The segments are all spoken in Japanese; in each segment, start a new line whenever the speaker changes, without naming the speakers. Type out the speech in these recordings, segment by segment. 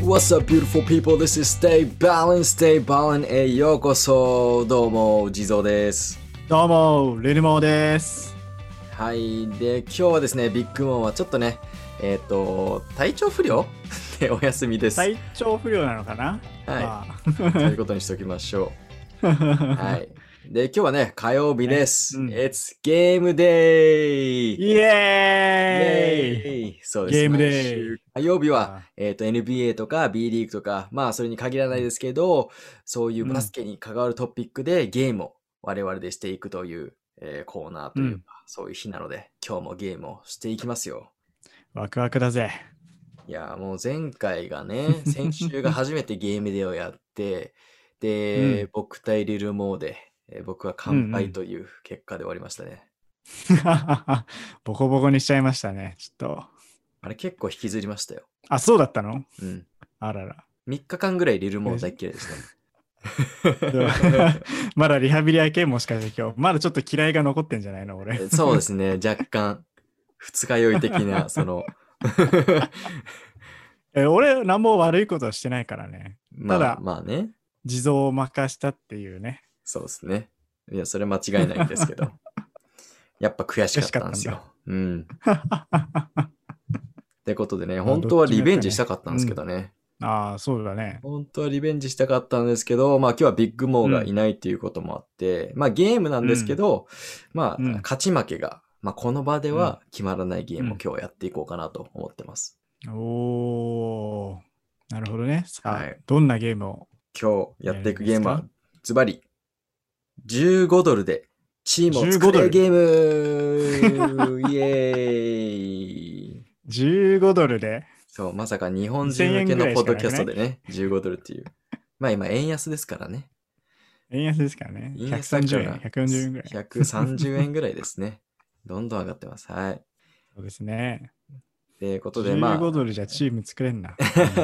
What's up, beautiful people? This is Stay Balanced, Stay Balanced へようこそ。どうも、地蔵です。
どうも、ルルモーです。
はい。で、今日はですね、ビッグモンはちょっとね、えっ、と、体調不良 でお休みです。
体調不良なのかな
は
ま
い。ということにしておきましょう。
あ
はい。で、今日はね、火曜日です。
ねうん
It's Game Day!
イエーイ
イエーイそうです
ゲーム
毎
デー
週火曜日は
あ、
えー、と NBA とか B リーグとか、まあそれに限らないですけど、そういううんバスケに関わるトピックでゲームを我々でしていくという、えーコーナーというか、
うん
そういう日なので、今日もゲームをしていきますよ。
ワクワクだぜ。
いやー、もう前回が ね、先週が初めてゲームデーをやって、で、
う
僕対リルモーで、えー僕は完敗という結果で終わりましたね。
ボコボコにしちゃいましたね。ちょっと。
あれ結構引きずりましたよ。
あ、そうだったの
うん。
あらら。
3日間ぐらいリルモン大っ嫌いで した
では まだリハビリ明けもしかして今日。まだちょっと嫌いが残ってんじゃないの俺。
ね。 そうですね、若干、二日酔い的 な、その、
え俺、何も悪いことはしてないからね。
まあ、
ただ
まあね、
地蔵を任したっていうね。
そうですね。いや、それ間違いないんですけ ど、やっぱ悔しかったんです
悔
よ。うん。
あ
ってことでね、
あ
本当は
どっち
リ
もやったね
ベンジしたかったんですけどね。
あ、そうだね。
本当はリベンジしたかったんですけど、まあ今日はビッグモーがいないっていうこともあって、まあゲームなんですけど、まあ
うん
勝ち負けが、まあこの場では決まらないゲームを今日はやっていこうかなと思ってます。
おー。なるほどね。さあ、
はい
どんなゲームを
今日やっていくゲーム
や
は
りま、
ズバリ、15ドルでチームを作
15ド
れ
ル
ゲーム イエーイ
15ドルで
そう、まさか日本人向けのポッドキャストでね、15ドルっていう。まあ今、円安ですからね。
円安ですからね。
円安だか
130円、
ら
140円ぐらい。
130円ぐらいですね。どんどん上がってます。はい。
そうですね。
ということで、まあ、
15ドルじゃチーム作れ んな。
い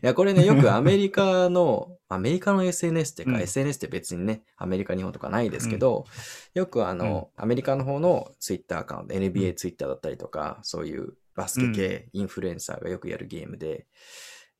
や、これね、よ くアメリカの、アメリカの SNS っていうか、
うん
SNS って別にね、アメリカ、日本とかないですけど、よくあの、アメリカの方のツイッターアカウント、
う
NBA ツイッターだったりとか、そういうバスケ系、インフルエンサーがよくやるゲームで、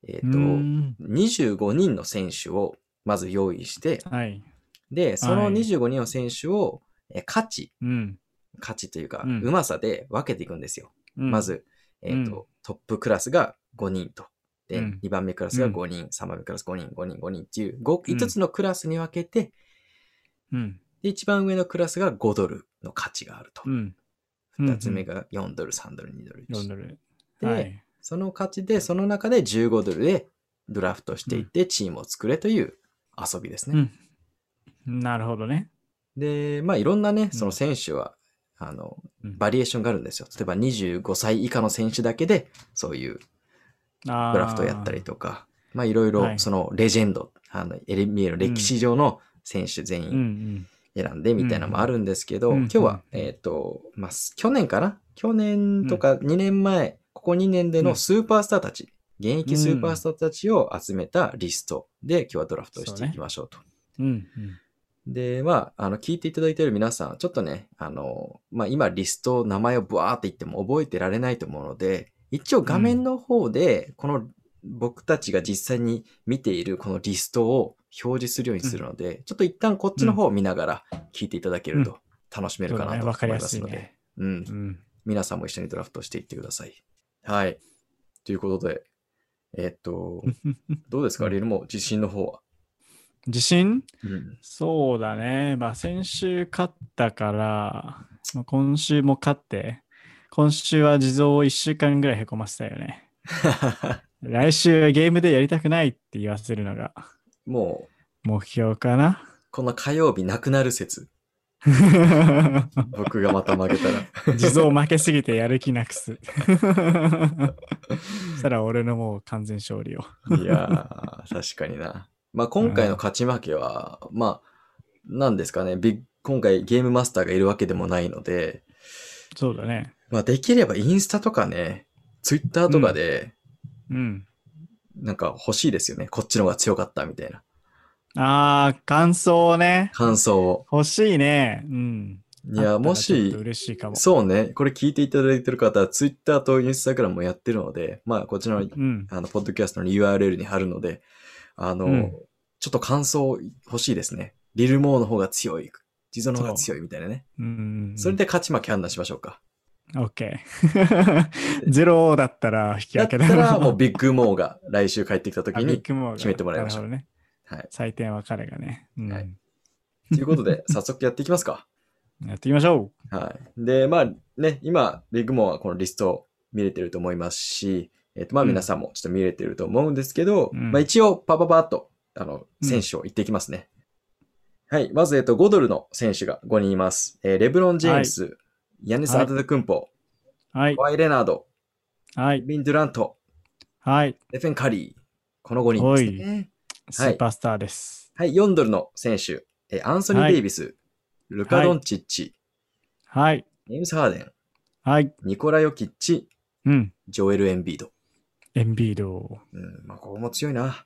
えっ、
うー
と、
ん
25人の選手をまず用意して、
はい。
で、その
はい
25人の選手を、え価値、
うん。
価値というか、
うん
うまさで分けていくんですよ。
うん
ま。ず、えーと
うん
トップクラスが5人と。で、
うん
2番目クラスが
うん
5人、3番目クラス5人、5人、5人っていう
う
5、
ん
5つのクラスに分けて、
うん。
で、一番上のクラスが5ドルの価値があると
う。ん。
2つ目
が
が4ドル、3ドル、2ドル、
4
1
ドル。
で
はい。
その価値で、その中で15ドルでドラフトしていって、チームを作れという遊びですね。
うん。なるほどね。
で、まあ、いろんなね、その選手は、あの、
うん
バリエーションがあるんですよ。例えば25歳以下の選手だけで、そういう
ド
ドラフトやったりとか、まあいろい
は
ろ
い
そのレジェンド、あの NBA の歴史上の選手全
うんう
員
ん。
選んでみたいなのもあるんですけど、
うんうん
今日は、
うん
えっ、と、まあ去年かな去年とか2年前、ここ2年でのスーパースターたち、現役スーパースターたちを集めたリストで今日はドラフトしていきましょうと。
うん。
で、まあ、あの、聞いていただいている皆さん、ちょっとね、あの、まあ、今、リスト、名前をブワーって言っても覚えてられないと思うので、一応画面の方で、この、僕たちが実際に見ているこのリストを表示するようにするので、ちょっと一旦こっちの方を見ながら聞いていただけると楽しめ
そ
る
う
か
だ
な
ね。
と
わかり
思い
や
ますす
い
ので、
ね。
うん
う、ん。
皆さんも一緒にドラフトしていってください。はい。ということで、えっ と、どうですか、
うん
リルも自信の方は。
自信
うん。
そうだね。まあ、先週勝ったから、まあ今週も勝って、今週は地蔵を1週間ぐらいへこませたよね。来週はゲームでやりたくないって言わせるのが
もう、
目標 かな。
この火曜日なくなる説。僕がまた負けたら。
地蔵負けすぎてやる気なくす。 そしたら俺のもう完全勝利を。
いやー、確かにな。まあ今回の勝ち負けは、まあ、なんですかね、ビッ今回ゲームマスターがいるわけでもないので、
そうだね。
まあできればインスタとかね、ツイッターとかで、
うん。
なんか欲しいですよね。こっちの方が強かったみたいな
ああ、感想ね。
感想を。
欲しいね。うん。
いや、も
あったらちょっと
し、
嬉しいかも。
そうね、これ聞いていただいてる方は、Twitter と Instagram もやってるので、まあ、こちらの
うん。
あの、ポッドキャストの URL に貼るので、あの、
うん
ちょっと感想欲しいですね。リルモーの方が強い、地蔵の方が強いみたいなね。
うん。
それで勝ち負け判断しましょうか。
OK。ゼロだったら引き
だっ
分
た
けだ
ら、もうビッグモーが来週帰ってきた時
あビ
に
ッ、グモーが
決めてもらいましょう
なるほどね。
はい。
採点は彼がね。うん
はいということで、早速やっていきますか。
やっていきましょ
はい。で、まあね、今、ビッグモーはこのリスト見れてると思いますし、えっ、と、まあ
うん
皆さんもちょっと見れてると思うんですけど、
うん
まあ一応、パパパッと、あの、
うん
選手を言っていきますね。はい。まず、えっと、5ドルの選手が5人います。えーレブロン・ジェームス、ヤネス・アデトクンポ、
う。はい
ホ。ワイ・レナード、
はい。
ビン・ドゥラント、
はい。
ステフェン・カリー。この5人ですね。
スーパースターです。
はい。4ドルの選手、えーアンソニー・
はい
デイビス、ルカ・ドンチッチ、
はい。
ジェームス・ハーデン、
はい。
ニコラ・ヨキッチ、
うん。
ジョエル・エンビード。
エンビード。
うん、まあ、ここも強いな。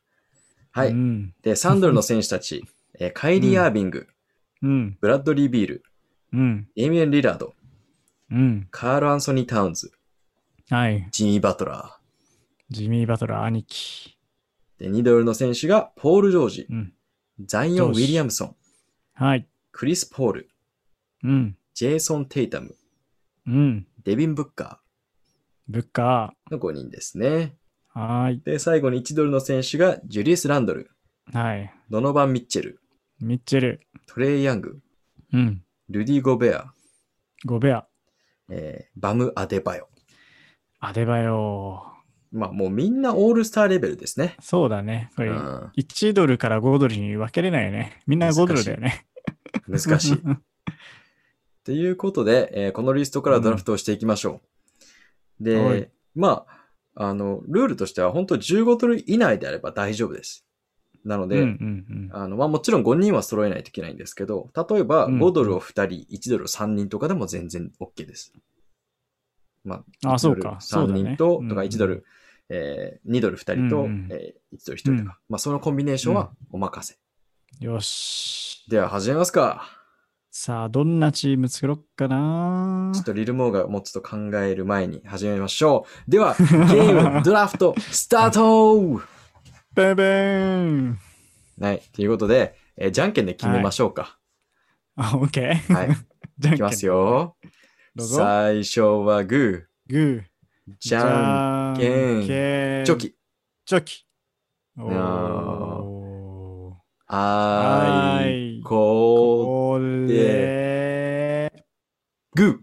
はい。
うん。
で、サンドルの選手たち、 えーカイリー・アービング、
うん。
ブラッドリー・ビール、
うん。
エイミエン・リラード、
うん。
カール・アンソニー・タウンズ、
はい。
ジミー・バトラ
ジミー・バトラー、兄貴。
ー。で、2ドルの選手が、ポール・ジョージ
う、ん。
ザイオン・ウ
ジョージ
ィリアムソン、
はい。
クリス・ポール、
うん。
ジェイソン・テイタム、
うん。
デビン・ブッカ
ブッカ
ーの5人ですね。
ー。はい。
で、最後に1ドルの選手が、ジュリウス・ランドル、
はい。
ドノバン・ミッチェル、
ミッチェル。
トレイ・ヤング、
うん。
ルディ・ゴベア、
ゴベア。
えーバム・アデバヨ。
アデバヨ
まあ、もうみんなオールスターレベルですね。
ー。そうだね。こ
う
れ、
ん、
1ドルから5ドルに分けれないよね。みんな5ドルだよね。
難しい。ということで、えーこのリストからドラフトをしていきましょう。
は
で
い、
まあ、あの、ルールとしては、本当15ドル以内であれば大丈夫です。なの
うんう
で、
ん
あのまあ、もちろん5人は揃えないといけないんですけど、例えば
うん
5ドルを2人、1ドルを3人とかでも全然 OK です。ま
うん。あ、そうか。そうだ
3
ね
人。と、
うん
とか1ドル、えー2ドル2人と、
うんうん
えー1ドル1人とか、
うん
まあ、そのコンビネーションはお任せ。
よし。
では始めますか。
さあ、どんなチーム作ろっかな
ちょっとリルモーがもうちょっと考える前に始めましょう。で は、ゲームドラフトスタート
ベンベン
はい、ということで、えーじゃんけんで決めましょうか。
あ、オッケー。
はい、
じゃん
いき
けん
ます。よ。
どうぞ。
最初はグ
グー。
ー、じゃん
ん
けん
けん。
チョ。キ。
チョキ。お
ー
ー。
あーい、
い。
こ
これ。
う、グー。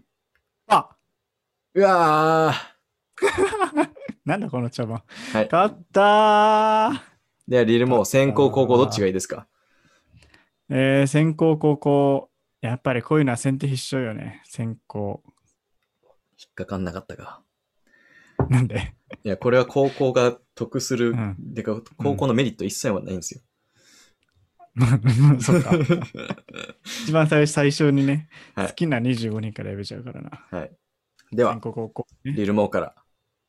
あ
うわー。
なんだこの茶番。
はい
勝ったー
では、リルモー、先攻後攻どっちがいいですか
えー、先行後攻。やっぱりこういうのは先手必勝よね。先行。
引っかかんなかったか。
なんで
いや、これは高校が得する、
うん
でか、高校のメリット一切はないんですよ。
そっか。 一番最最初にね、
はい
好きな25人から選べちゃうからな。
では
先、行後攻。
リルモーから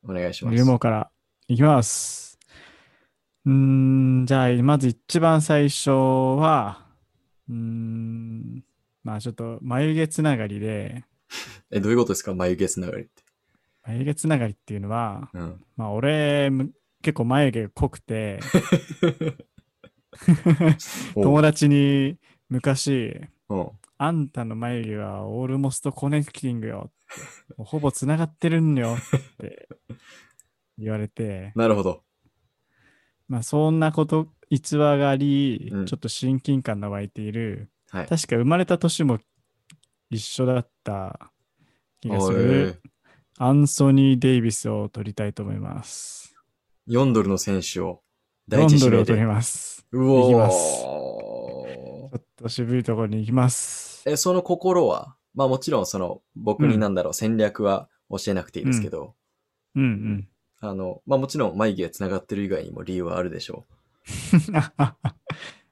お願いします。
リルモーからいきます。うーん、じゃあ、まず一番最初は、うーん、まあちょっと眉毛つながりで、
え、どういうことですか眉毛つながりって。
眉毛つながりっていうのは、
うん。
まあ俺、む結構眉毛が濃くて、友達に昔、
うん。
あんたの眉毛はオールモストコネクティングよって。もうほぼつながってるんよって言われて、
なるほど。
まあそんなこと、逸話があり、
うん
ちょっと親近感の湧いている、
はい。
確か生まれた年も一緒だった気がする、アンソニー・デイビスを取りたいと思います。
おい4ドルの選手を第一
4
指
ドル
名
を取り
で。
ます。
うおー
いきちょっと渋いところに行きます。
え、その心は、まあもちろんその僕になんだろう、戦略は教えなくていいですけど、
うんうん。
あの、まあもちろん眉毛がつながってる以外にも理由はあるでしょ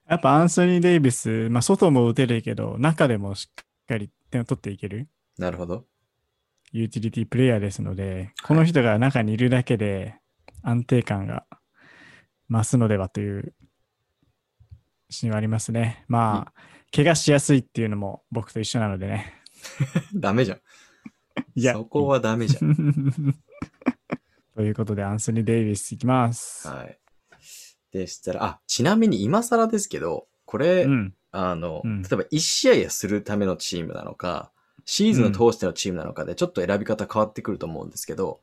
やっぱアンソニー・デイビス、まあ、外も打てるけど、中でもしっかり点を取っていける
う。なるほど。
ユーティリティプレイヤーですので、この人が中にいるだけで安定感が増すのではというシーンはありますね。まあ、怪我しやすいっていうのも僕と一緒なのでね。
ダメじゃん。
いや。
そこはダメじゃん。
ということで、アンソニー・デイビスいきます。
はい。でしたら、あ、ちなみに今更ですけど、これ、
うん。
あの、
うん
例えば1試合するためのチームなのか、シーズンを通してのチームなのかで、ちょっと選び方変わってくると思うんですけど、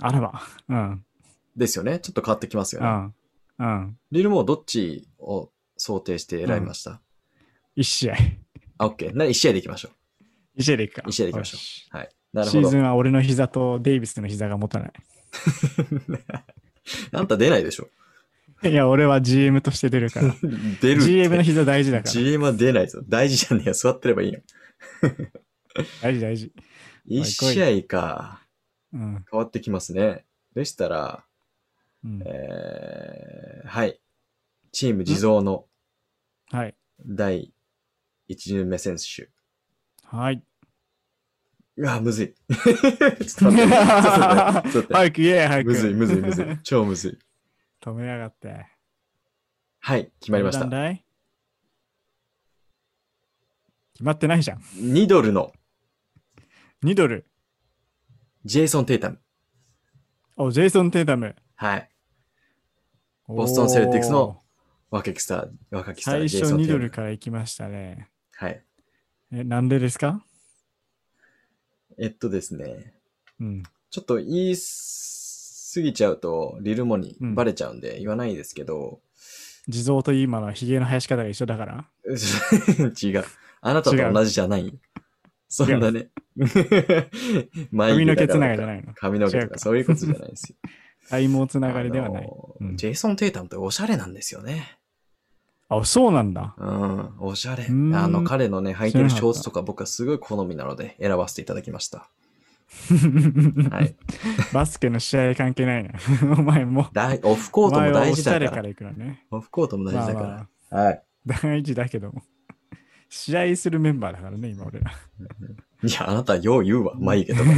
あらば。うん。
ですよね。ちょっと変わってきますよ
う
ね。
ん。うん。
リルもどっちを想定して選びました、
一試合。
あ、OK。なら1試合でいきましょ
一試合でいくか。
一試合でいきましょう
よし
う。はい。なる
シ
ほ
ー
ど
ズ。ンは俺の膝とデイビスの膝が持たな
あんた出 ないでしょ。
い。いや、俺は GM として出るから。
出るって。
GM の膝大事だから。
GM は出ないぞ。大事じゃねえよ。座ってればいいよ。
大事大事。
1試合か。
うん。
変わってきますね。でしたら、
うん、
えー、はい。チーム地蔵の
はい。
第1巡目選手。
はい。
うわ、むず い。ちょっと待って。ちょっと待ってちょっと待っ
早く言え、早
て。
く。
むずい、むずい、むずい。超むずい。
止めやがって。
はい、決まりまし
ど
た
ん。だい決まってないじゃん。
2ドルの
2ドル。
ジェイソン・テイタム。
お、ジェイソン・テータム。
はい。
ボ
ストンセルティックスの若きスター、若きスター、
最
ジェ
初
イソン・テイ
2
タ
ド
ム
ル。から行きましたね。
はい。
え、なんでですか
えっとですね、
うん。
ちょっと言いすぎちゃうと、リルモにバレちゃうんで言わないですけど、
地蔵と今のヒゲの生やし方が一緒だから。
違う。あなたと同じじゃない。そんな ね。
髪
髪。
の毛つながりじゃないいの。
髪の毛
違
と
う
か
か
そういうことじゃないですよ。
体毛つながりではない。
あ
う
の
ん
ジェイソン・テイタムっておしゃれなんですよね。
あ、そうなんだ。
うん、おしゃれ。あ
ん
の、彼のね、履いてる
知
シ
らな
ョ
かっ
ー
た
ツとか僕はすごい好みなので選ばせていただきま した。はい。
バスケの試合関係ない な。お前も。
だいオフコートも大事だか。
お前はおしゃれかららいくらね。
オフコートも大事だ
まあ
か
ま
ら。はい。
あ大事だけども。試合するメンバーだからね、今 俺ら。
いや、あなたよう言うわ。眉毛とか。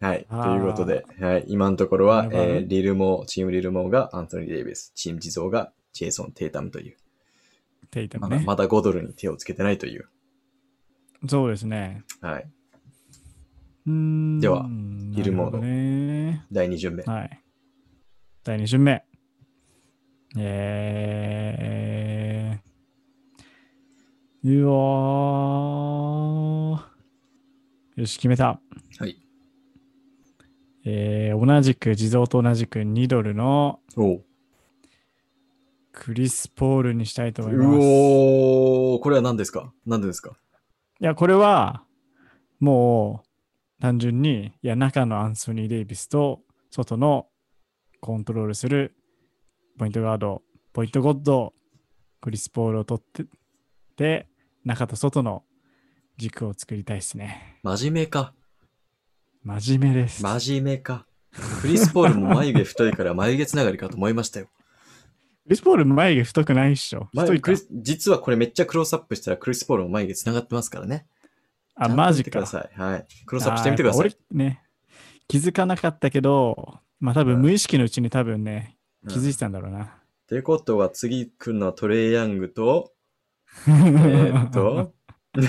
はい。
あー
ということで、はい、今のところは、
なるほどね
えーリルモー、チームリルモーがアントニー・デイビス、チーム地蔵がジェイソン・テイタムという、
テイタ
ま
ム
だ
ね。
まだ5ドルに手をつけてないという。
そうですね。
はい。
うーん
では、昼
る
も
ほどね。
第2巡目。
はい。第2巡目。えー。うわー。よし、決めた。
はい。
えー、同じく、地蔵と同じく2ドルの
おう
クリス・ポールにしたいと思います。
おーこれは何ですか何でですか
いや、これは、もう、単純に、いや、中のアンソニー・デイビスと、外のコントロールする、ポイントガード、ポイントゴッド、クリス・ポールを取って、で、中と外の軸を作りたいですね。
真面目か。
真面目です。
真面目か。クリス・ポールも眉毛太いから眉毛つながりかと思いましたよ。
クリス・ポール眉毛太くないっしょ。
ま
太い
ク
か
リ。ス実はこれめっちゃクロスアップしたらクリス・ポールも眉毛つながってますからね。
あ、
ちゃんと
マ
見
ジ
てく
か
だ。さい。はい。クロスアップしてみてくだ
あ
さい
ーやっ。ぱ俺ね、気づかなかったけど、まあ多分無意識のうちに多分
う
ね、
ん
気づいてたんだろうな。
ってことは次来るのはトレイヤング と、えーっと、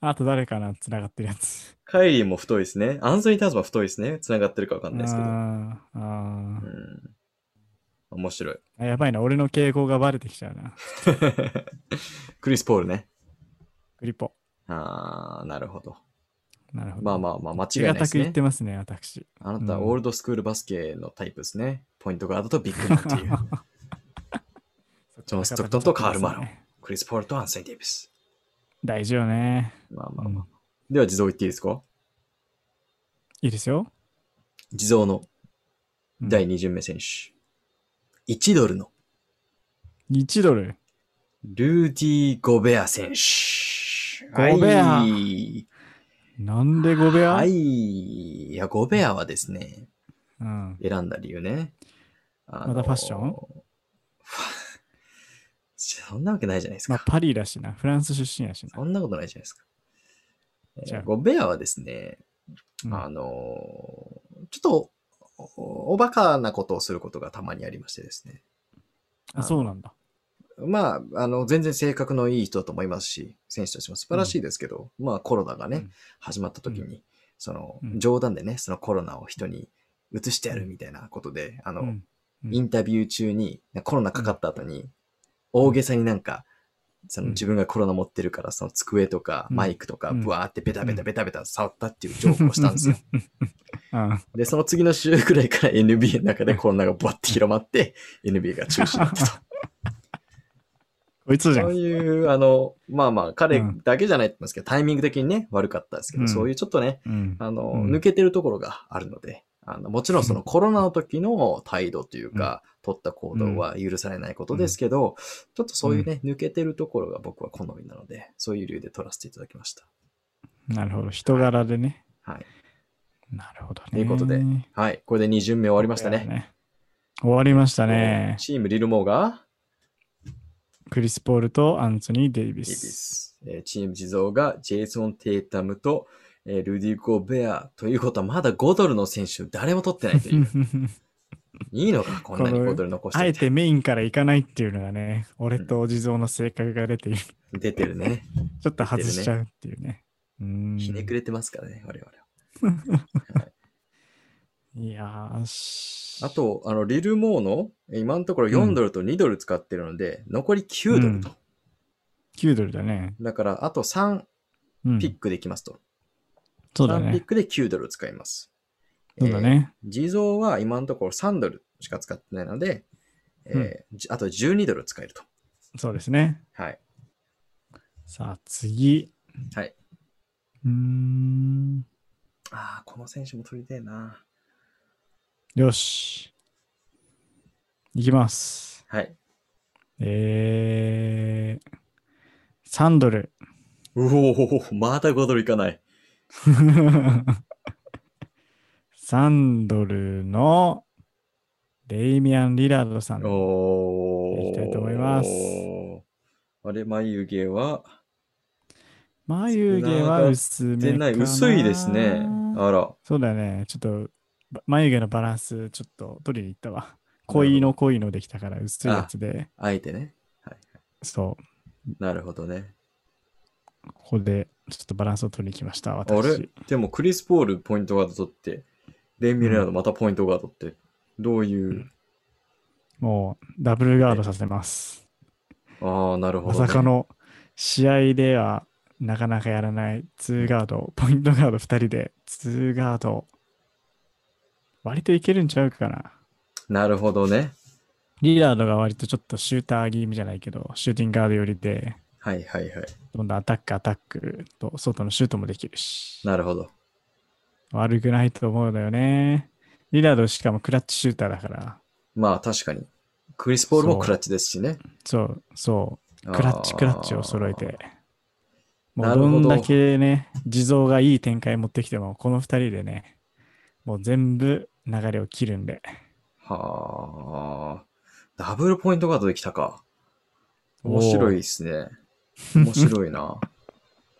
あと誰かなつながってるやつ。
カイリーも太いですね。アンソニー・ターズも太いですね。繋がってるかわかんないですけど。
あーあ
うん。面白い。
ーやばいな、俺の傾向がバレてきちゃうな。
クリス・ポールね。
グリポ。
あー、なるほど。
なるほど。
まあまあまあ、間違い
手
ないで
堅
す
く言っ
ね。
てますね、私。
あなた、
うん
オールドスクールバスケのタイプですね。ポイントガードとビッグマンって いう。ジョン・ストクトンとカール・マロン。クリス・ポールとアンソニー・デイビス。
大事よね。
まあまあまあ。
うん
では、地蔵言っていいですか
いいですよ。
地蔵の
うん
第2巡目選手。1ドルの
1ドル。
ルーディ・ゴベア選手。
ゴベア
はい。
なんで5部屋、
はい。いや、ゴベアはですね、
うん、
選んだ理由ね。あの
またファッション
ファ そんなわけないじゃないです
まあ
か。
パリだしな。フランス出身やしな。
そんなことないじゃないですか。
じ
え
ゃあ
ーゴベアはですね、
うん
あのーちょっとおおバカなことをすることがたまにありましてですね。
あそうなんだ。
まあ、あの、全然性格のいい人だと思いますし、選手たちも素晴らしいですけど、まあコロナがね、
うん
始まった時に、
う
その
う、ん
冗談でね、そのコロナを人に移してやるみたいなことで、あの、
うんうん
インタビュー中に、コロナかかった後に、大げさになんか、その
うん
自分がコロナ持ってるから、その机とか
うん
マイクとか、
うん
ブワーってベタベタベタベタ触ったっていうジョークをしたんです よ。。
うん
で、その次の週くらいから NBA の中でコロナがブワって広まって、NBA が中止にな ったと。
こいつじゃ。
そうんいう、あの、まあまあ、彼
うん
だけじゃないって言いますけど、タイミング的にね、悪かったですけど、
うん
そういうちょっとね、
うん
あの、
うん
抜けてるところがあるので、あのもちろんそのコロナの時の態度というか、取った行動は許されないことですけど、ちょっとそういうね、抜けてるところが僕は好みなので、そういう理由で取らせていただきました。
なるほど。人柄でね。
はい。
なるほどね。
ということで
終
はい、これで2巡目終わりま
ま
したね。。
終わりましたね。
チームリルモーが
クリス・ポールとアンソニー・デイ
デ
ビ
イビ
ス。
ス、えーチーム地蔵がジェイソン・テータムと、えールディ・ゴベアということは、まだ5ドルの選手誰も取ってないと いう。いいのか、こんなに
この
5ドル残し
あ
て
え
て
てメインから行かないっていうのがね、俺とお地蔵の性格が出ている。
出てるね。
ちょっと外しちゃうっていうね。うん
ひねくれてますからね、我々は。
いやーし
あと、あの、リルモーの、え今のところ4ドルと2ドル使ってるので、残り9ドルと。
9ドルだね。
だから、あと3
うん
ピックできますと。
そうだ
3ピ
ね
ッ。クで9ドル使います。
そうだね。
えー。地蔵は今のところ3ドルしか使ってないので、えーじあと12ドル使えると。
そうですね。
はい。
さあ、次。
はい。
うーん。
ああ、この選手も取りたいな。
よし。いきます。
はい。
えー、3ドル。
うおお、また5ドルいかない。
3ドルのデイミアン・リラードさん。
お
こ
お。
いきたいと思います。
あれ、眉毛は
眉毛は薄めか
出
な。
ない。薄いですね。あら。
そうだね。ちょっと、ば眉毛のバランス、ちょっと取りに行ったわ。濃いの濃いのできたから、薄いやつで、
あえてね。
そ
なるほどね。
う、ここで、ちょっとバランスを取りに来ました、
あれ
私。
でもクリス・ポールポイントガード取って、デンビレナードまたポイントガードって、どういう、
うんもう、ダブルガードさせます。
ああ、なるほ
ま
ど、ね。
さかの、試合では、なかなかやらない、2ガード、ポイントガード2人で、2ガード、割といけるんちゃうかな。
なるほどね。
リラードが割とちょっとシューター気味じゃないけど、シューティングガード寄りで、
はいはいはい。
どんどんアタック、アタックと、外のシュートもできるし。
なるほど。
悪くないと思うのよね。リラードしかもクラッチシューターだから。
まあ確かに。クリス・ポールもクラッチですしね。
そう、そう。クラッチクラッチを揃え
あー
て。。も
な
う
るほど
どんだけね、地蔵がいい展開持ってきても、この二人でね、もう全部流れを切るんで。
はあ。ダブルポイントガードできたか。面白いですね。面白い な。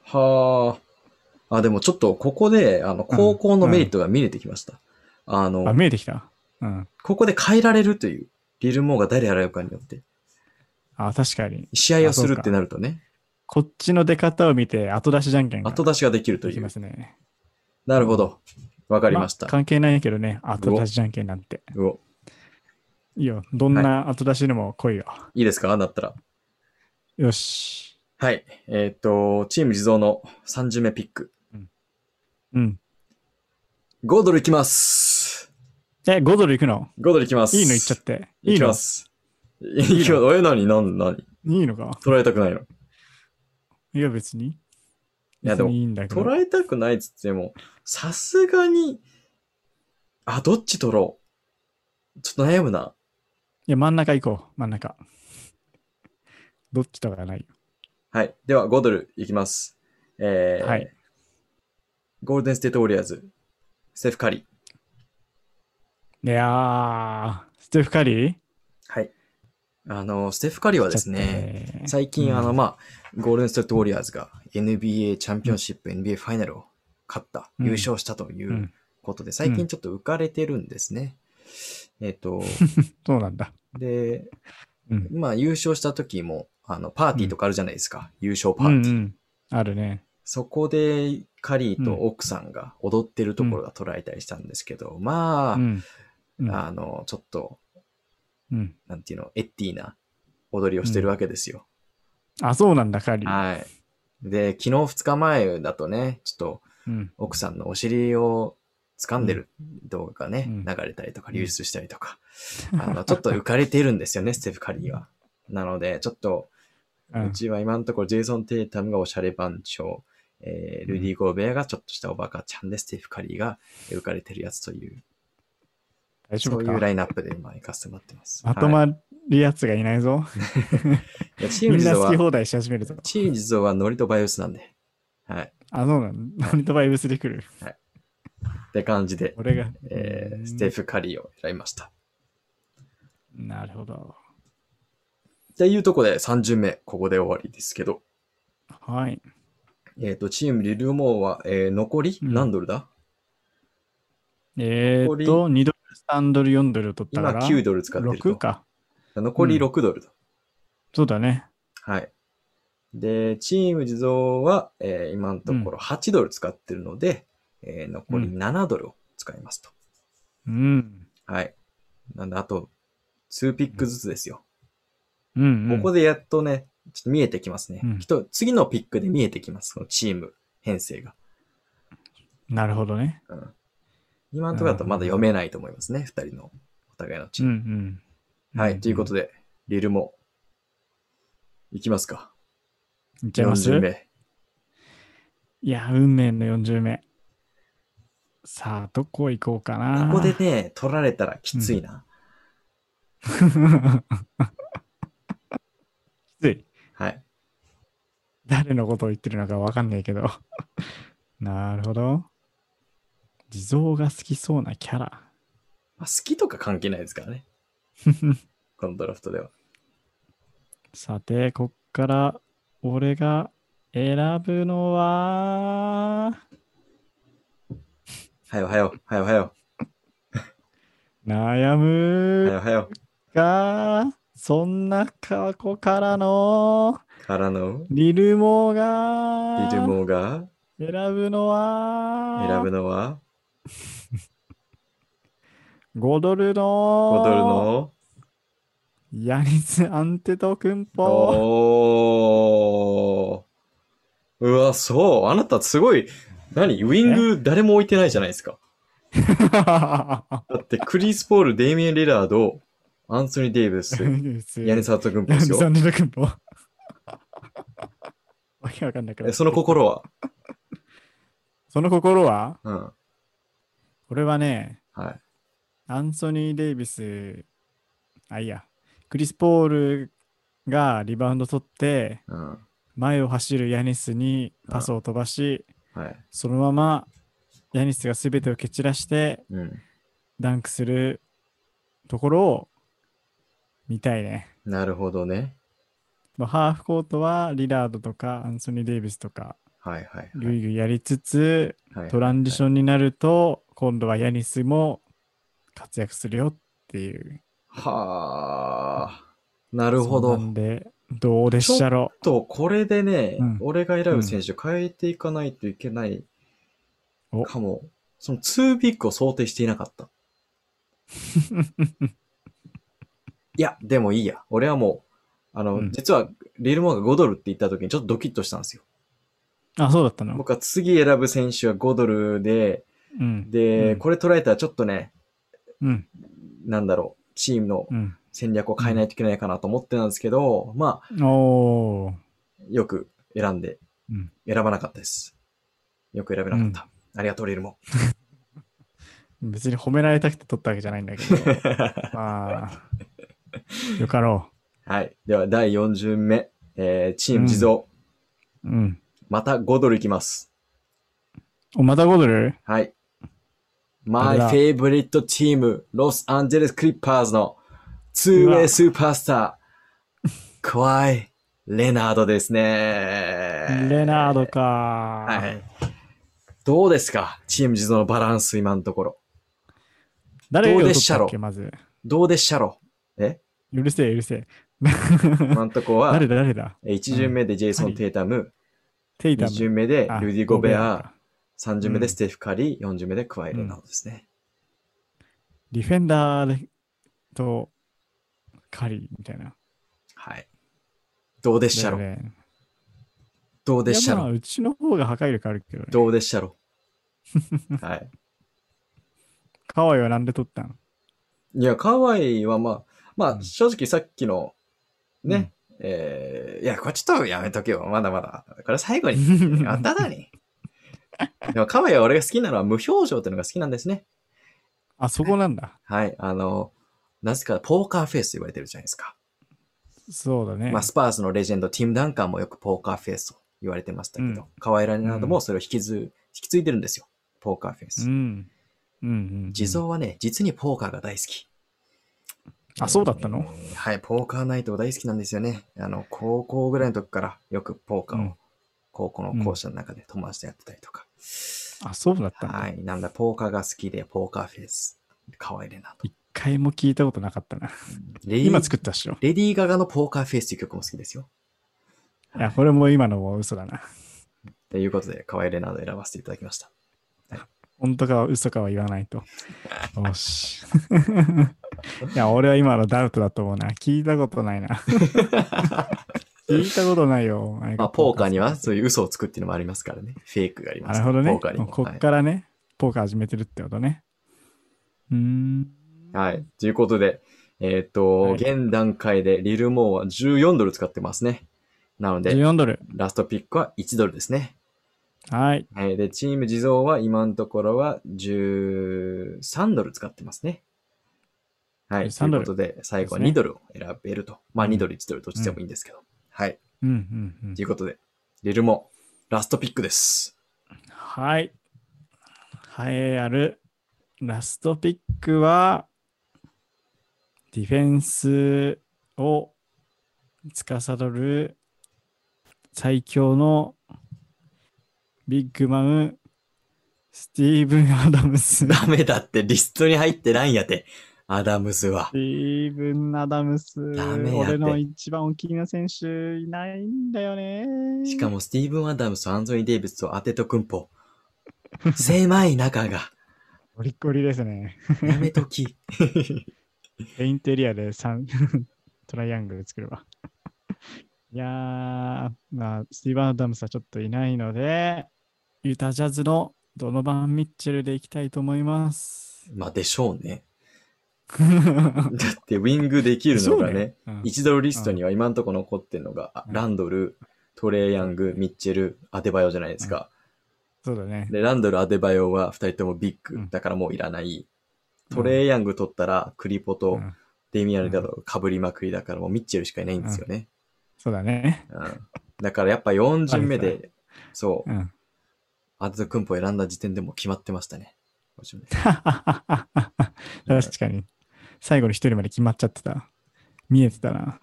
はあ。あ、でもちょっとここで、あの、高校のメリットが見れてきました。あの、
あ、見えてきた。うん。
ここで変えられるという、リルモーが誰選ぶかによって、
あ、確かに。
試合をするってなるとね、
こっちの出方を見て、後出しじゃんけんが
後出しができると
で
い
きま
う。
すね。
なるほど。わかりました。
あ関係ないけどね、後出しじゃんけんなんて。
うお
いいよ。どんな後出しでも来いよ。
いいですかだったら。
よし。
はい。えっ、と、チーム地蔵の3巡目ピック。
うん。
5ドルいきます。
え、5ドルいくの
5ドルいきます。
いいの言っちゃって。い
い
い
き
の
ます。いいよ。え、なになになに
いいのか
捉えたくないの
いや別に。い
やでも
いいんだけど。
捉えたくないっつっても、さすがに、あ、どっち取ろうちょっと悩むな。
いや真ん中行こう、真ん中。どっちとかないよ。
はい。では、5ドルいきます。えー
はい
ゴールデンステートウォリアーズ、ステフ・カリー。
いやー、ステフ・カリー
はい。あの、ステフ・カリーはですね、
ね
最近、あの、まあ、ゴールデンステートウォリアーズが NBA チャンピオンシップ、NBA ファイナルを勝った、
うん
優勝したとい
うん
うことで、最 近ちょっと浮かれてるんですね。えっと、
そうなんだ。
で、
うん。
まあ優勝した時も、あの、パーティーとかあるじゃないですか。優勝パ
う
ーティー。
んうん。あるね。
そこでカリーと奥さんが踊ってるところが捉えたりしたんですけど、まあ、
うん。うん
あの、ちょっと、
うん。
なんていうの、エッティな踊りをしてるわけですよ。
あ、そうなんだ、カリー。
はい。で、昨日2日前だとね、ちょっと
うん。
奥さんのお尻を掴んでる動画がね、
うん
流れたりとか
うん
流出したりとか、あの、ちょっと浮かれてるんですよね、ステフ・カリーは。なので、ちょっと、
うん
うちは今のところジェイソン・テイタムがおしゃれ番長、えールディ・ゴーベアがちょっとしたおバカちゃんで、ステフ・カリーが浮かれてるやつという、
大丈
そ
夫
う
か
いうラインナップで今行かせてもらってます。
まと
はい
まるやつがいないぞ。
いやチーム
みん
地
な
蔵
好き
は、
放題し始めるぞ。
チーム地蔵はノリとバイオスなんで、はい。
あ、そうなんだ。ノリとバイブスで 来る。
って感じで、
俺が。
えー
うん
ステフ・カリーを選びました。
なるほど。
っていうとこで3巡目、ここで終わりですけど、
はい。
えっ、と、チームリルモーは、えー残り
うん
何ドルだ、
えーっと、2ドル、3ドル、4ドル取った
今
から。
9ドル使ってると。
6か。
残り6ドルと。
そうだね。
はい。で、チーム地蔵は、えー今のところ8ドル使ってるので、えー残り
うん
7ドルを使いますと。
うん。
はい。なんで、あと、2ピックずつですよ。
うん、うん。
ここでやっとね、ちょっと見えてきますね。
うん
きっと次のピックで見えてきます、そのチーム編成が。
なるほどね。
うん、今のところだとまだ読めないと思いますね、二人のお互いのチ
う
ー
んう
ム。
ん。
はい、ということ
で。
で、リルも、いきますか。
いっちゃいます
4巡目。
いや、運命の40名。さあ、どこ行こうかな。
ここで ね、取られたらきついな。
きつい。
はい。
誰のことを言ってるのかわかんないけど。 なるほど。地蔵が好きそうなキャラ。
まあ、好きとか関係ないですから ね。このドラフトでは。
さて、こっから俺が選ぶのは、
はよはよ、はよはよ、
悩
は
む
よはよ、
が、そんな過去からの
からの、
リルモー
リ
が
ルモが
選ぶのは
選ぶのは、
5ドル
5
の
ドルの、
ヤニス・アンテト・クンポ
おー。うわ、そう。あなたすごい、何ウィング誰も置いてないじゃないですか。 だって、クリス・ポール、デイミエン・レラード、アンソニー・デイブス、ヤ
ヤ
ニ
ス・
サート軍で
ヤニ
す
ス・ア
よ。
ンテト・クンポ わけわかんなくなっ
え
て
その心は
その心は
うん。
これはね、
はい。
アンソニー・デイビス、あ、いいや、クリス・ポールがリバウンド取って、
うん。は
前を走るヤニスにパスを飛ばし、
い。
そのままヤニスが全てを蹴散らして
うん。
ダンクするところを見たいね。
なるほどね。
まあハーフコートはリラードとかアンソニー・デイビスとか
はいはい
ぐ
はい
いぐいやりつつ、
はい。
トランジションになると今度はヤニスも活躍するよっていう。
はあ。なるほど。
そ
ち
んなんで、どうでっしたろ
ょっと、これでね、
うん
俺が選ぶ選手を変えていかないといけない
お
かも。その2ピックを想定していなか った。いや、でもいいや。俺はもう、あの、
うん
実は、リルモアが5ドルって言った時にちょっとドキッとしたんですよ。
あ、そうだったの
僕は次選ぶ選手は5ドルで、
うん。
で、
うん
これ取られたらちょっとね、
うん。
なんだろう、チームの
うん。
戦略を変えないといけないかなと思ってたんですけど、まあ、
おー。
よく選んで
うん。
選ばなかったです。よく選べなかった。ありがとう、リルモ。
別に褒められたくて取ったわけじゃないんだけど。 まあ、よかろ
はい。では、第4巡目、えーチーム地蔵、
う。うん。
また5ドルいきます。
お、また5ドル
はい。
あ
My
れだ
favorite team, Los Angeles Clippers の 2way スーパースター、クワイ・レナードですね。
レナードか。
はい。どうですかチーム地蔵のバランス、今のところ。
誰が
どう
取
でっしゃ
った
ろ
っけ、まず。
どうでっしゃろうえ
うるせえ、うるせえ。
今んとこは
誰、だ誰だ
1巡目でジェイソン・テイタム、
テイタ
2
ム。
巡目で
あ
ルディ・ゴベア、
か
3巡目でステフ・カリー、4巡目でクワイレなどですね。
ディフェンダーとカリーみたいな。
はい。どうで
で
したろう
ね
どうでした
いやまあ
ろう
うちの方が破壊力あるけどね。
どうでした ろうはい。
カワイはなんで取ったん
いや、カワイはまあ、ま
う
あ、
ん
正直さっきの、ね、えーいや、これちょっとやめとけよ。まだまだ。これ最後に。あただ に。でも、カワイは俺が好きなのは無表情っていうのが好きなんですね。
あそこなんだ。
はい。あの、なぜかポーカーフェイスと言われてるじゃないですか。
そうだね。
まあ、スパーズのレジェンド、ティム・ダンカーもよくポーカーフェイスと言われてましたけ
うん
ど、カワイラなどもそれを引きず、引き継いでるんですよ。ポーカーフェイ
う
ス。
ん。うん、うん。
地蔵はね、実にポーカーが大好き。
あ、そうだったの
はい、ポーカーナイト大好きなんですよね。あの、高校ぐらいの時からよくポーカーを、
うん
高校の校舎の中で友達とやってたりとか。
あ、そうだったの
はい、なんだ、ポーカーが好きで、ポーカーフェイス。可愛いなと。
一回も聞いたことなかったな。
レディ
今作ったっしょ。
レディー・ガガのポーカーフェイスという曲も好きですよ。
いや、これも今のも嘘だな。
ということで、可愛いなど選ばせていただきました。
本当か嘘かは言わないと。よし。 いや、俺は今のダウトだと思うな。聞いたことない な。聞いたことないよ。
まあ、 ポーカーにはそういう嘘をつくっていうのもありますからね。フェイクがあり
な
ます
る
から。
ほどね。
ポーカーに
も
も
うこ
は
っ
い
からね、ポーカー始めてるってことね。うーん。
はい。ということで、えっ、と、
はい
現段階でリルモーは14ドル使ってますね。なので、
14ドル。
ラストピックは1ドルですね。
はい。
はい。で、チーム地蔵は今のところは13ドル使ってますね。はい。とい
13
う
ド
こ
ル
とで、最後は
ですね
2ドルを選べると。まあ
うん
2ドル、1ドルどっちでもいいんですけど。はい。
うんうんうん
とい。うことで、リルモー、ラストピックです。
はい。栄えあるラストピックは、ディフェンスを司る最強のビッグマム、スティーブン・アダムス。ス
ダメだって、リストに入ってないんやて。アダムスは
テ。ィーブン・アダムス。
ダメやて
俺の一番大きな選手いないんだよね。
しかもスティーブン・アダムスとアンソニー・デイビスとアテト・クンポ。狭い中が、
ゴリッゴリですね。
やめとき。
ペイントエリアで三 トライアングル作れば。いやー、まあ、スティーブン・アダムスはちょっといないので、ユタ・ジャズのドノバン・ミッチェルでいきたいと思います。
まあでしょうね。
で
だってウィングできる
しょ
の
う
がね、。
うん
1ドルリストには今んとこ残ってんのが、あ
うん
ランドル、トレイヤング、ミッチェル、アデバヨじゃないですか。
そうだね。
で、ランドル、アデバヨは2人ともビッ
う
グ
ん、
だからもういらない。トレイヤング取ったらクリポ
う
と
ん
デミアンだと被りまくりだからもうミッチェルしかいないんですよね。
そうだね。
うんだからやっぱ4巡目
あれ
で、そう
う、ん。
アデトクンポを選んだ時点でもう決まってましたね。
確かに。最後の一人まで決まっちゃってた。見えてたな。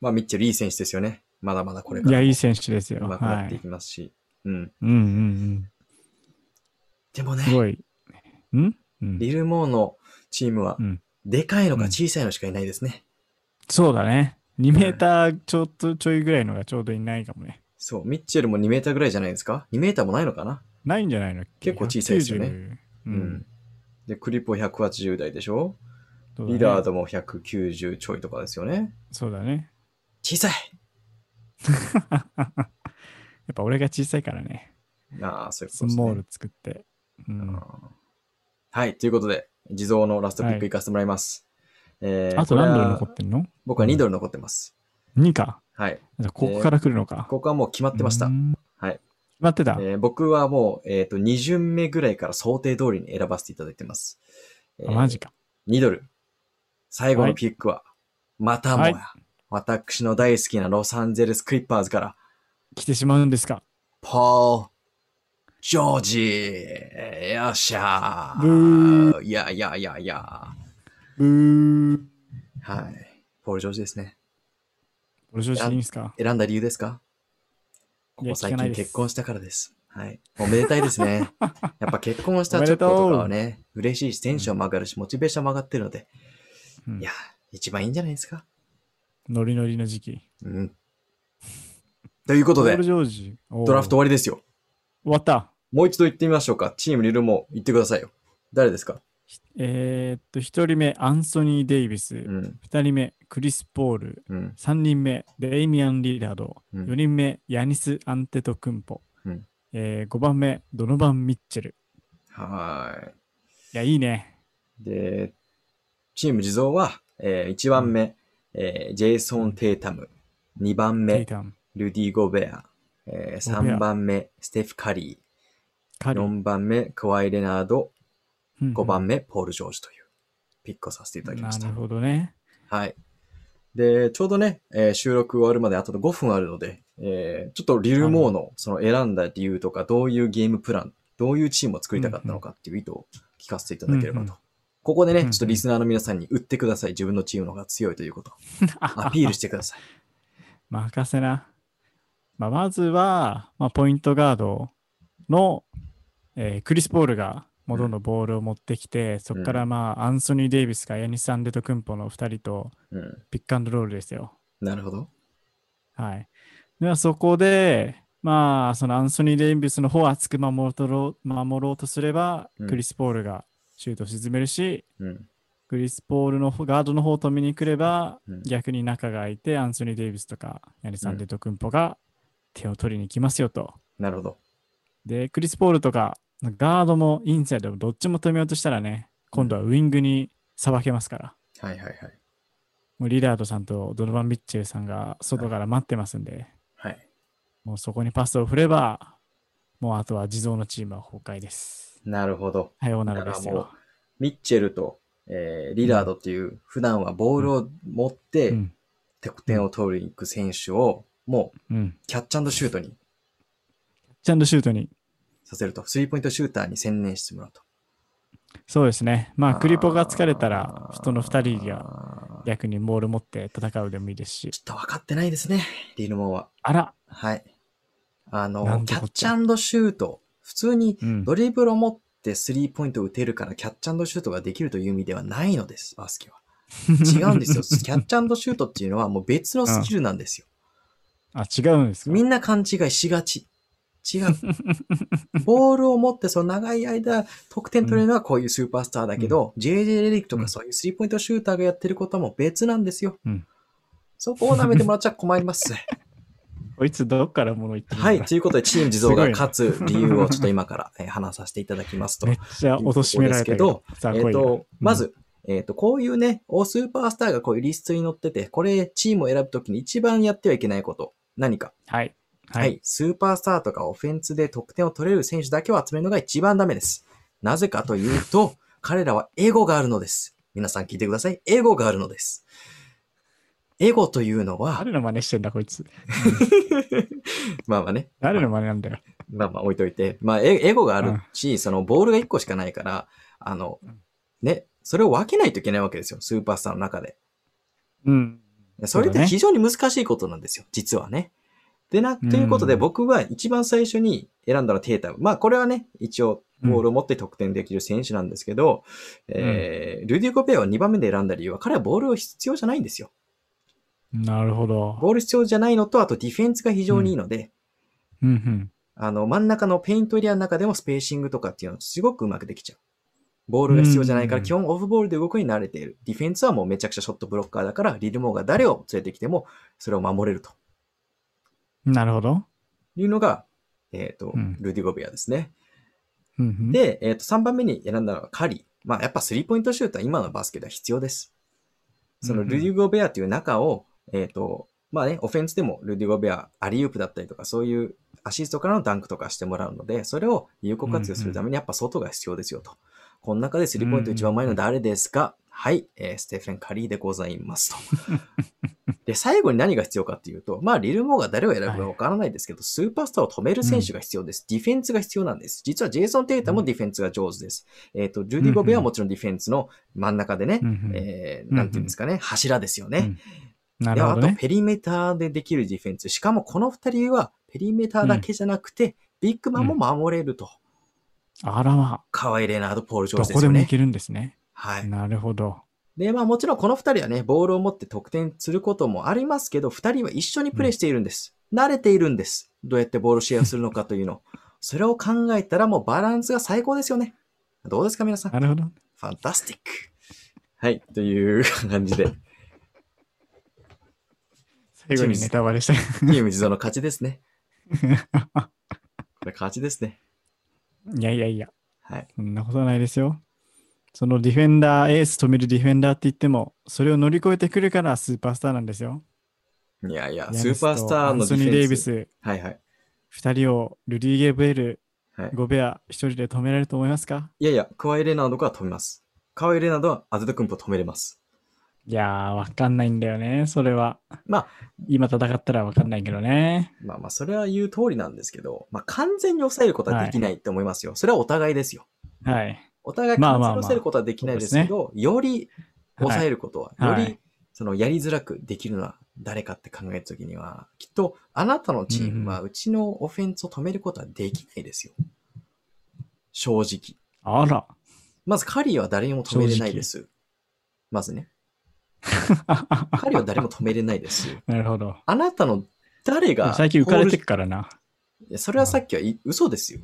まあ、ミッチェルいい選手ですよね。まだまだこれか
い
ら
や、い
上
い
手
選手です
く
よ。は
なってい
い。
きますし。うん。
うんうんうん。
でもね、
すごい。んうん。
リルモーのチームは
うん、
でかいのか
うん
小さいのしかいないですね。
そうだね。2メーターちょっとちょいぐらいのがちょうどいないかもね。
そう、ミッチェルも2メーターぐらいじゃないですか ?2 メーターもないのかな
ないんじゃないの
結構小さいですよね。
190う。。
うんで、クリポ180台でしょ
そうだね
リラー。ドも190ちょいとかですよね。
そうだね。
小さい
やっぱ俺が小さいからね。
ああ、そういうこ
ス
とです
モー
ね
ル。作って。うん
あ、ーはい、ということで、地蔵のラストピッ
は
ク
い
いかせてもらいます。えー
あと何ドル
これ
残
は
ってんの
僕は2ドル残ってます。
?2 か。
はい。
じゃあここから来るのか。
ここはもう決まってました。
うん
はい
決まってた。
えー僕はもう、えっ、と、2巡目ぐらいから想定通りに選ばせていただいてます。え
あマジか。
2ドル。最後のピックは、またもや、私の大好きなロサンゼルスクリッパーズから、
来てしまうんですか。
ポール・ジョージよっしゃー
ブー
いやいやいやいや
うー。
はい。ポール・ジョージですね。
俺正直いいんですか
選んだ理由ですかこ
いや
こ最
聞かない
近
です
結婚したからです。はい。おめでたいです ね。やっぱ結婚した直後とかはね、嬉しいし、テンションも上がるし、モチベーションも上がってるので、
うん
いや、一番いいんじゃないですか
ノリノリの時期。
うん。ということ
ポー
で
ル・、ジョージ。おー
ドラフト終わりですよ。
終わった。
もう一度言ってみましょうか。チームリルも言ってくださいよ。誰ですか
えーっと、1人目、アンソニー・デイビス。
うん。
2人目、クリス・ポール。
うん。
3人目、デイミアン・リーダード。
うん
4人目、ヤニス・アンテト・クンポ。
うん
え5番目、ドノバン・ミッチェル。
はーい。
いや、いいね。
で、チーム地蔵は、え1番目、えージェイソン・テイタム。2番
テイ
目、
タン、
ルディ・ゴベア。え
ゴベア
3番目、ステフ・カリ
カ
ー。
リー、
4番目、クワイ・レナード。
うん
5番目、ポール・ジョージというピックをさせていただきました
なる。ほどね。
はい。で、ちょうどね、えー収録終わるまであと5分あるので、えーちょっとリルモーのその選んだ理由とか、どういうゲームプラン、どういうチームを作りたかったのかっていう意図を聞かせていただければ
うんう
と
ん。
ここで
うん
ね、
うん
ちょっとリスナーの皆さんに売ってください。自分のチームの方が強いという こと。アピールしてください。
任せな。まあ、まずは、まあ、ポイントガードの、えークリス・ポールがもうどんどんボールを持ってきて、そこから、まあ、アンソニー・デイビスかヤニス・アンデト・クンポの2人と
うん。
ピックアンドロールですよ。
なるほど。
はい。ではそこで、まあ、そのアンソニー・デイビスの方を厚く守ろう守ろうとすれば、
うん
クリス・ポールがシュートを沈めるし、
うん。
クリス・ポールの方ガードの方を止めに来れば、
うん
逆に中が空いて、アンソニー・デイビスとか、ヤニサンデト・クンポが手を取りに来ますよと。
なるほど。
で、クリス・ポールとか、ガードもインサイドもどっちも止めようとしたらね、今度はウィングにさばけますから。
はいはいはい。
もうリラードさんとドノバン・ミッチェルさんが外から待ってますんで、
はい。
もうそこにパスを振れば、もうあとは地蔵のチームは崩壊です。
なるほど。
さようならです
だ
よ
か。ミッチェルと、えーリラードっていう、普段はボールを持って
うん。
得点を取りに行く選手を、もう
うん。
キャッチャンドシュートに
ちゃんとシュートに。
させると、スリーポイントシューターに専念してもらうと。
そうですね。まあ、クリポが疲れた
あ
ら、
ー
人の2人が
あー
逆にボール持って戦うでもいいですし
ち。ょっと分かってないですね、リルモンは。
あら、
はい。あ
な
の、
ん
キ
て
ャ
こ
ッ
った
チャンドシュート。普通に
うん
ド。リブルを持ってスリーポイントを打てるからキャッチャンドシュートができるという意味ではないのです、バスケは。違うん ですよ。キャッチャンドシュートっていうのはもう別のスキルなんですよ。
あ、違うんですか
みんな勘違いしがち。違う。 ボールを持って、その長い間、得点取れるのはこういうスーパースターだけど、JJ レリックと
う
か
ん
そういうスリーポイントシューターがやってることはもう別なんですよ。
うん
そこを舐めてもらっちゃ困り ます。
こいつどっから物言ってるんだ
はい。ということで、チーム地蔵
すご
が
いね
勝つ理由をちょっと今 からえー話させていただきますと
め。っちゃ貶められたけど。さあ、
えっ、
来いよ
と、ま、ず、えっ、と、こういうね、おスーパースターがこういうリストに載ってて、これ、チームを選ぶときに一番やってはいけないこと、何か。
うんはい。
はい、。スーパースターとかオフェンスで得点を取れる選手だけを集めるのが一番ダメです。なぜかというと、彼らはエゴがあるのです。皆さん聞いてください。エゴがあるのです。エゴというのは、
誰の真似してんだ、こいつ。
まあまあね、
誰の真似なんだよ。
まあまあ置いといて、まあエエゴがあるし、そのボールが1個しかないから、あの
うん、
ね、それを分けないといけないわけですよ。スーパースターの中で。
うん。
それっ
そうだ
て
ね
非常に難しいことなんですよ、実はね。でな、と
うん
いうことで僕は一番最初に選んだのはテータム。まあこれはね、一応ボールを持って得点できる選手なんですけど、えー、ルディ・コペアを2番目で選んだ理由は彼はボールを必要じゃないんですよ。
なるほど。
ボール必要じゃないのと、あとディフェンスが非常にいいので、
うんうん。
あの真ん中のペイントエリアの中でもスペーシングとかっていうのをすごくうまくできちゃう。ボールが必要じゃないか
う
ら
ん
基本オフボールで動くに慣れている。ディフェンスはもうめちゃくちゃショットブロッカーだから、リルモーが誰を連れてきてもそれを守れると。
なるほど。
いうのが、えっ、と、
うん
ルディ・ゴベアですね。
うんうん、
で、えっ、と、3番目に選んだのはカリー。まあ、やっぱスリーポイントシュートは今のバスケでは必要です。その
うんうん
ルディ・ゴベアという中を、えっ、と、まあね、オフェンスでもルディ・ゴベア、アリウープだったりとか、そういうアシストからのダンクとかしてもらうので、それを有効活用するためにやっぱ外が必要ですよと。この中でスリーポイント一番前の誰ですか、はい、えーステフェン・カリーでございますと。 で、最後に何が必要かっていうと、まあ、リルモーが誰を選ぶかわからないですけど、スーパースターを止める選手が必要です。ディフェンスが必要なんです。実はジェイソン・テイタもディフェンスが上手です。えっ、と、ジュディ・ゴベアはもちろんディフェンスの真ん中でね、
うんうん
え
う
ー、
ん
なんていうんですかね、柱ですよね。
うんな
で
る
あ
ほ
と
どね。
ペリメーターでできるディフェンス。しかもこの二人はペリメーターだけじゃなくて、ビッグマンも守れると。
あらま、
カワイ・レナード・ポール・ジョー
ど
ジです
こ
よ
でもい
ね。
けるんですね。
はい。
なるほど。
で、まあもちろんこの二人はね、ボールを持って得点することもありますけど、二人は一緒にプレーしているんです。慣れているんです。どうやってボールシェアをするのかというの。それを考えたらもうバランスが最高ですよね。どうですか皆さん。フ
なるほど。
ァンタスティック。はい、という感じで、
最後にネタ バレした。
チーム自動の勝ちですね。これ勝ちですね。
いやいやいや、
はい。
そんなことないですよ。そのディフェンダー、エース止めるディフェンダーって言っても、それを乗り越えてくるからスーパースターなんですよ。
いやいや、
ヤ
ス
ニ
ー
ス
パ
と
ースターの
アンソニー・デイビ。ス、
はいはい。
2人をルディ・ゲブエル、
はい
ゴベア、1人で止められると思いますか
いやいや、クワイレナードが止めます。カワイレナードはアズト君と止めれます。
いやー、わかんないんだよね、それは。
まあ、
今戦ったらわかんないけどね。
まあまあ、それは言う通りなんですけど、まあ完全に抑えることはできないと思いますよ。それはお互いですよ。
はい。
お互い
まあ
完全
まあ
に
まあ
抑えることはできないですけど、より抑えることは、
は
よ
いは
り
い
そのやりづらくできるのは誰かって考えたときには、きっとあなたのチームはうちのオフェンスを止めることはできないですよ。正直。
あら。
まずカリーは誰にも止めれないです。まずね。カリーは誰も止めれないです。
なるほど。
あなたの誰が
最近浮かれ
ボ
て
ー
くからな。
ルいやそれはさっきはい嘘ですよ。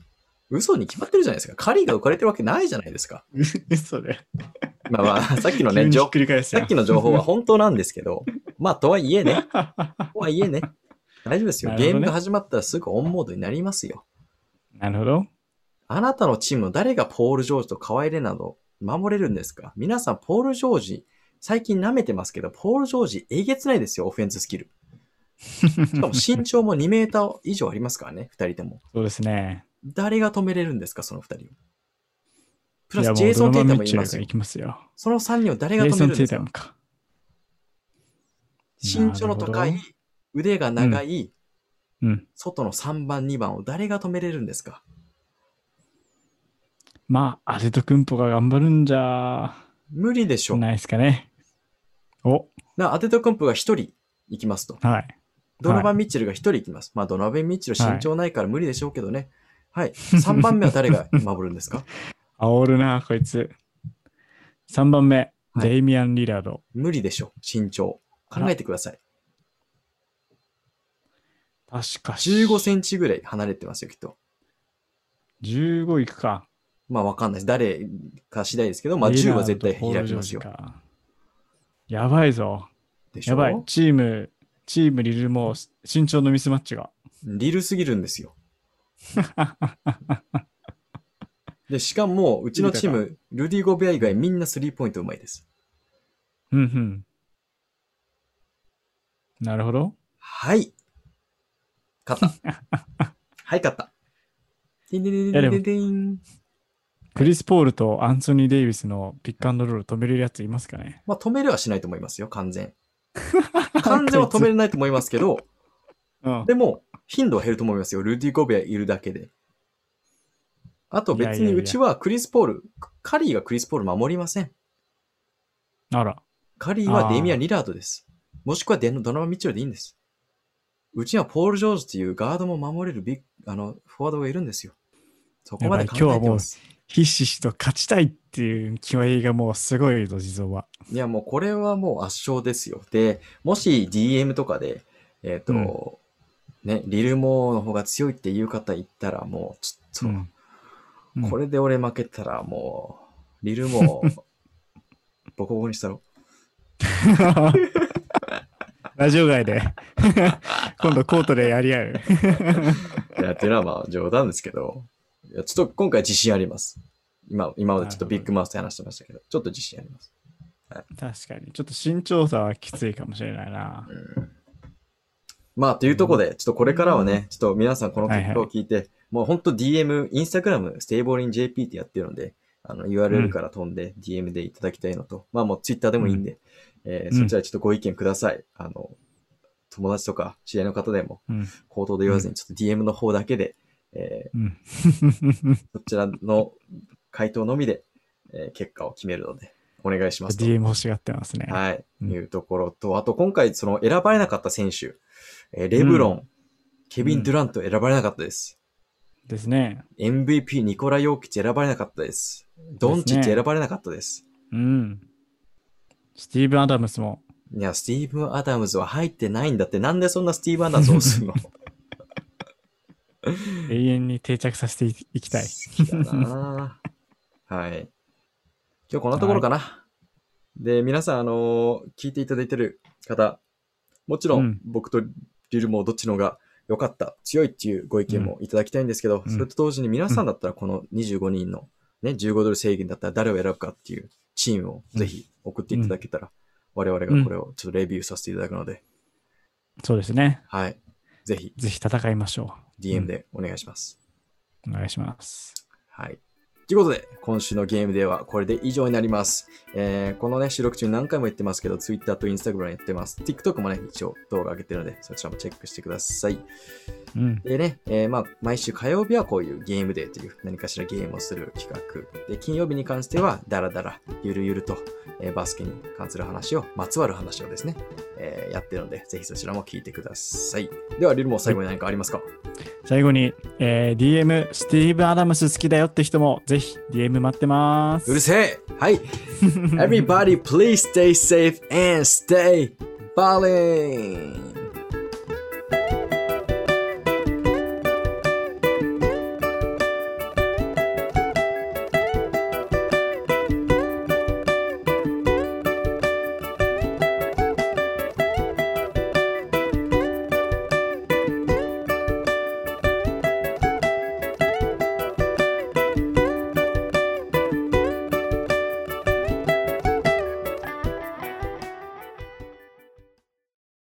嘘に決まってるじゃないですか。カリーが浮かれてるわけないじゃないですか。
それ。
まあまあ、さっきの
急
ね、
にひ
情
っくり返す
さ
よ
っきの情報は本当なんですけど、 まあ、とはいえね、とはいえね、大丈夫ですよ。
なるほ
ゲ
ど
ー
ね
ムが始まったらすぐオンモードになりますよ。
なるほど。
あなたのチームの誰がポール・ジョージとカワイレナードを守れるんですか皆さん、ポール・ジョージ、最近舐めてますけど、ポール・ジョージ、えげつないですよ、オフェンススキル。し かも身長も2メーター以上ありますからね、2人とも。
そうですね。
誰が止めれるんですか、その2人を。プラ
い
ス、
やもう
ジェイソン・
ド
テイ
ラマ
タ
ン
も
ミッ
い
チェ
ま
ル
す
が
よ
い。きますよ。
その3人を誰
ジ
が
ェ
止
イ
める
ソ
ん
ン・
で
テ
すか
イタムか。
身長の高
ないる、
腕が長い、
うん。
外の3番、2番を誰が止めれるんですか
まあ、アデト君とか頑張るんじゃ
無理でしょう。
ないですかね。お、
なアテトコンプが1人行きますと。
はい。
ドノバン・ミッチェルが1人行きます。まあ、ドノバン・ミッチェル身長ないから無理でしょうけどね。はい。3番目は誰が守るんです か
煽るな、こいつ。3番目、
い
デイミアン・リラード。
無理でしょう。身長。考えてください。
確か
15センチぐらい離れてますよ、きっと。
15いくか。
まあ、わかんないです。誰か次第ですけど、まあ、10は絶対
リラー
開
ド
き
とポー
ま
ル
す
ジョ
よ
ージ。かやばいぞ。
でしょ
やばい。チーム、チームリルも身長のミスマッチが。
リルすぎるんです よ。で、しかも、うちのチーム、ルディ・ゴベア以外みんなスリーポイントうまいです。
うんうん。なるほど。
はい。勝った。 はい、勝った。でんでんでんでんでんでん。
クリス・ポールとアンソニー・デイビスのピックアンドロール止めれるやついますかね
まあ、止めるはしないと思いますよ、完 全。完全は止めれないと思いますけど、
うん。
でも、頻度は減ると思いますよ。ルディ・ゴベアいるだけで。あと別
いやいや
に
いや
うちはクリス・ポール、カリーがクリス・ポール守りません。
あら。
カリーは
あー
デミアン・リラードです。もしくはデノドノバン・ミッチェルでいいんです。うちにはポール・ジョージというガードも守れるビッグあの、フォワードがいるんですよ。そこまで考えて
やばい今日はも
ま
う
す。
ひしひしと勝ちたいっていう気合がもうすごいぞ、地蔵は。
いや、もうこれはもう圧勝ですよ。で、もし DM とかで、えっ、と、ね、リルモーの方が強いっていう方いったら、もう、ちょっと、
んうん
これで俺負けたら、もう、リル モー、ボコボコにしたろ。
ラジオ 外で今度コートでやり合う。
いや、っていうのはまあ冗談ですけど、いやちょっと今回自信あります。今、今までちょっとビッグマウスで話してましたけど、ちょっと自信あります。
確かに。ちょっと身長差はきついかもしれないな。
まあ、というところで、ちょっとこれからはね、ちょっと皆さんこの結果を聞いて、もう本当 DM、インスタグラム、ステーボリン JP ってやってるので、あの URL から飛んで DM でいただきたいのと、まあもう Twitter でもいいんで、えー
うん
そちらでちょっとご意見ください。あの、友達とか知り合いの方でも
うん。
口頭で言わずに、ちょっと DM の方だけで、え
うん。
ーそちらの回答のみで、えー結果を決めるので、お願いし ますと。
DM 欲しがってますね。
はい、
うん
いうところと、あと今回、その選ばれなかった選手、えーレブロン、
う
ケビン・ドゥラント選ばれなかったです。
ですね。
MVP、ニコラ・ヨーキッチ選ばれなかったです。ドンチッチ
ですね
選ばれなかったです。
うん。スティーブン・アダムスも、
いや、スティーブン・アダムズは入ってないんだって、なんでそんなスティーブン・アダムズをするの
永遠に定着させていいきたい。
好きだなぁはい。今日こんなところかな。で、皆さん、あのー聞いていただいてる方、もちろ
うんん
僕とリルもどっちの方が良かった、強いっていうご意見もいただきたいんですけど、
うん
それと同時に皆さんだったらこの25人のね、15ドル制限だったら誰を選ぶかっていうチームをぜひ送っていただけたら、我々がこれをちょっとレビューさせていただくので、
そうですね。
はい。ぜひ
ぜひ戦いましょ
DM でお願いします。
う。お願いします。
はい。ということで、今週のゲームではこれで以上になります。えーこのね、収録中に何回も言ってますけど、Twitter と Instagram やってます。TikTok もね、一応動画上げてるので、そちらもチェックしてください。
うん。
でね、えーまあ、毎週火曜日はこういうゲームデーという何かしらゲームをする企画。で、金曜日に関しては、ダラダラ、ゆるゆると、えーバスケに関する話を、まつわる話をですね、えーやってるので、ぜひそちらも聞いてください。では、リルも最後に何かありますか、
最後に、えー DM、スティーブン・アダムス好きだよって人も、ぜひ DM 待ってます。
うるせえ はい。Everybody, please stay safe and stay balling.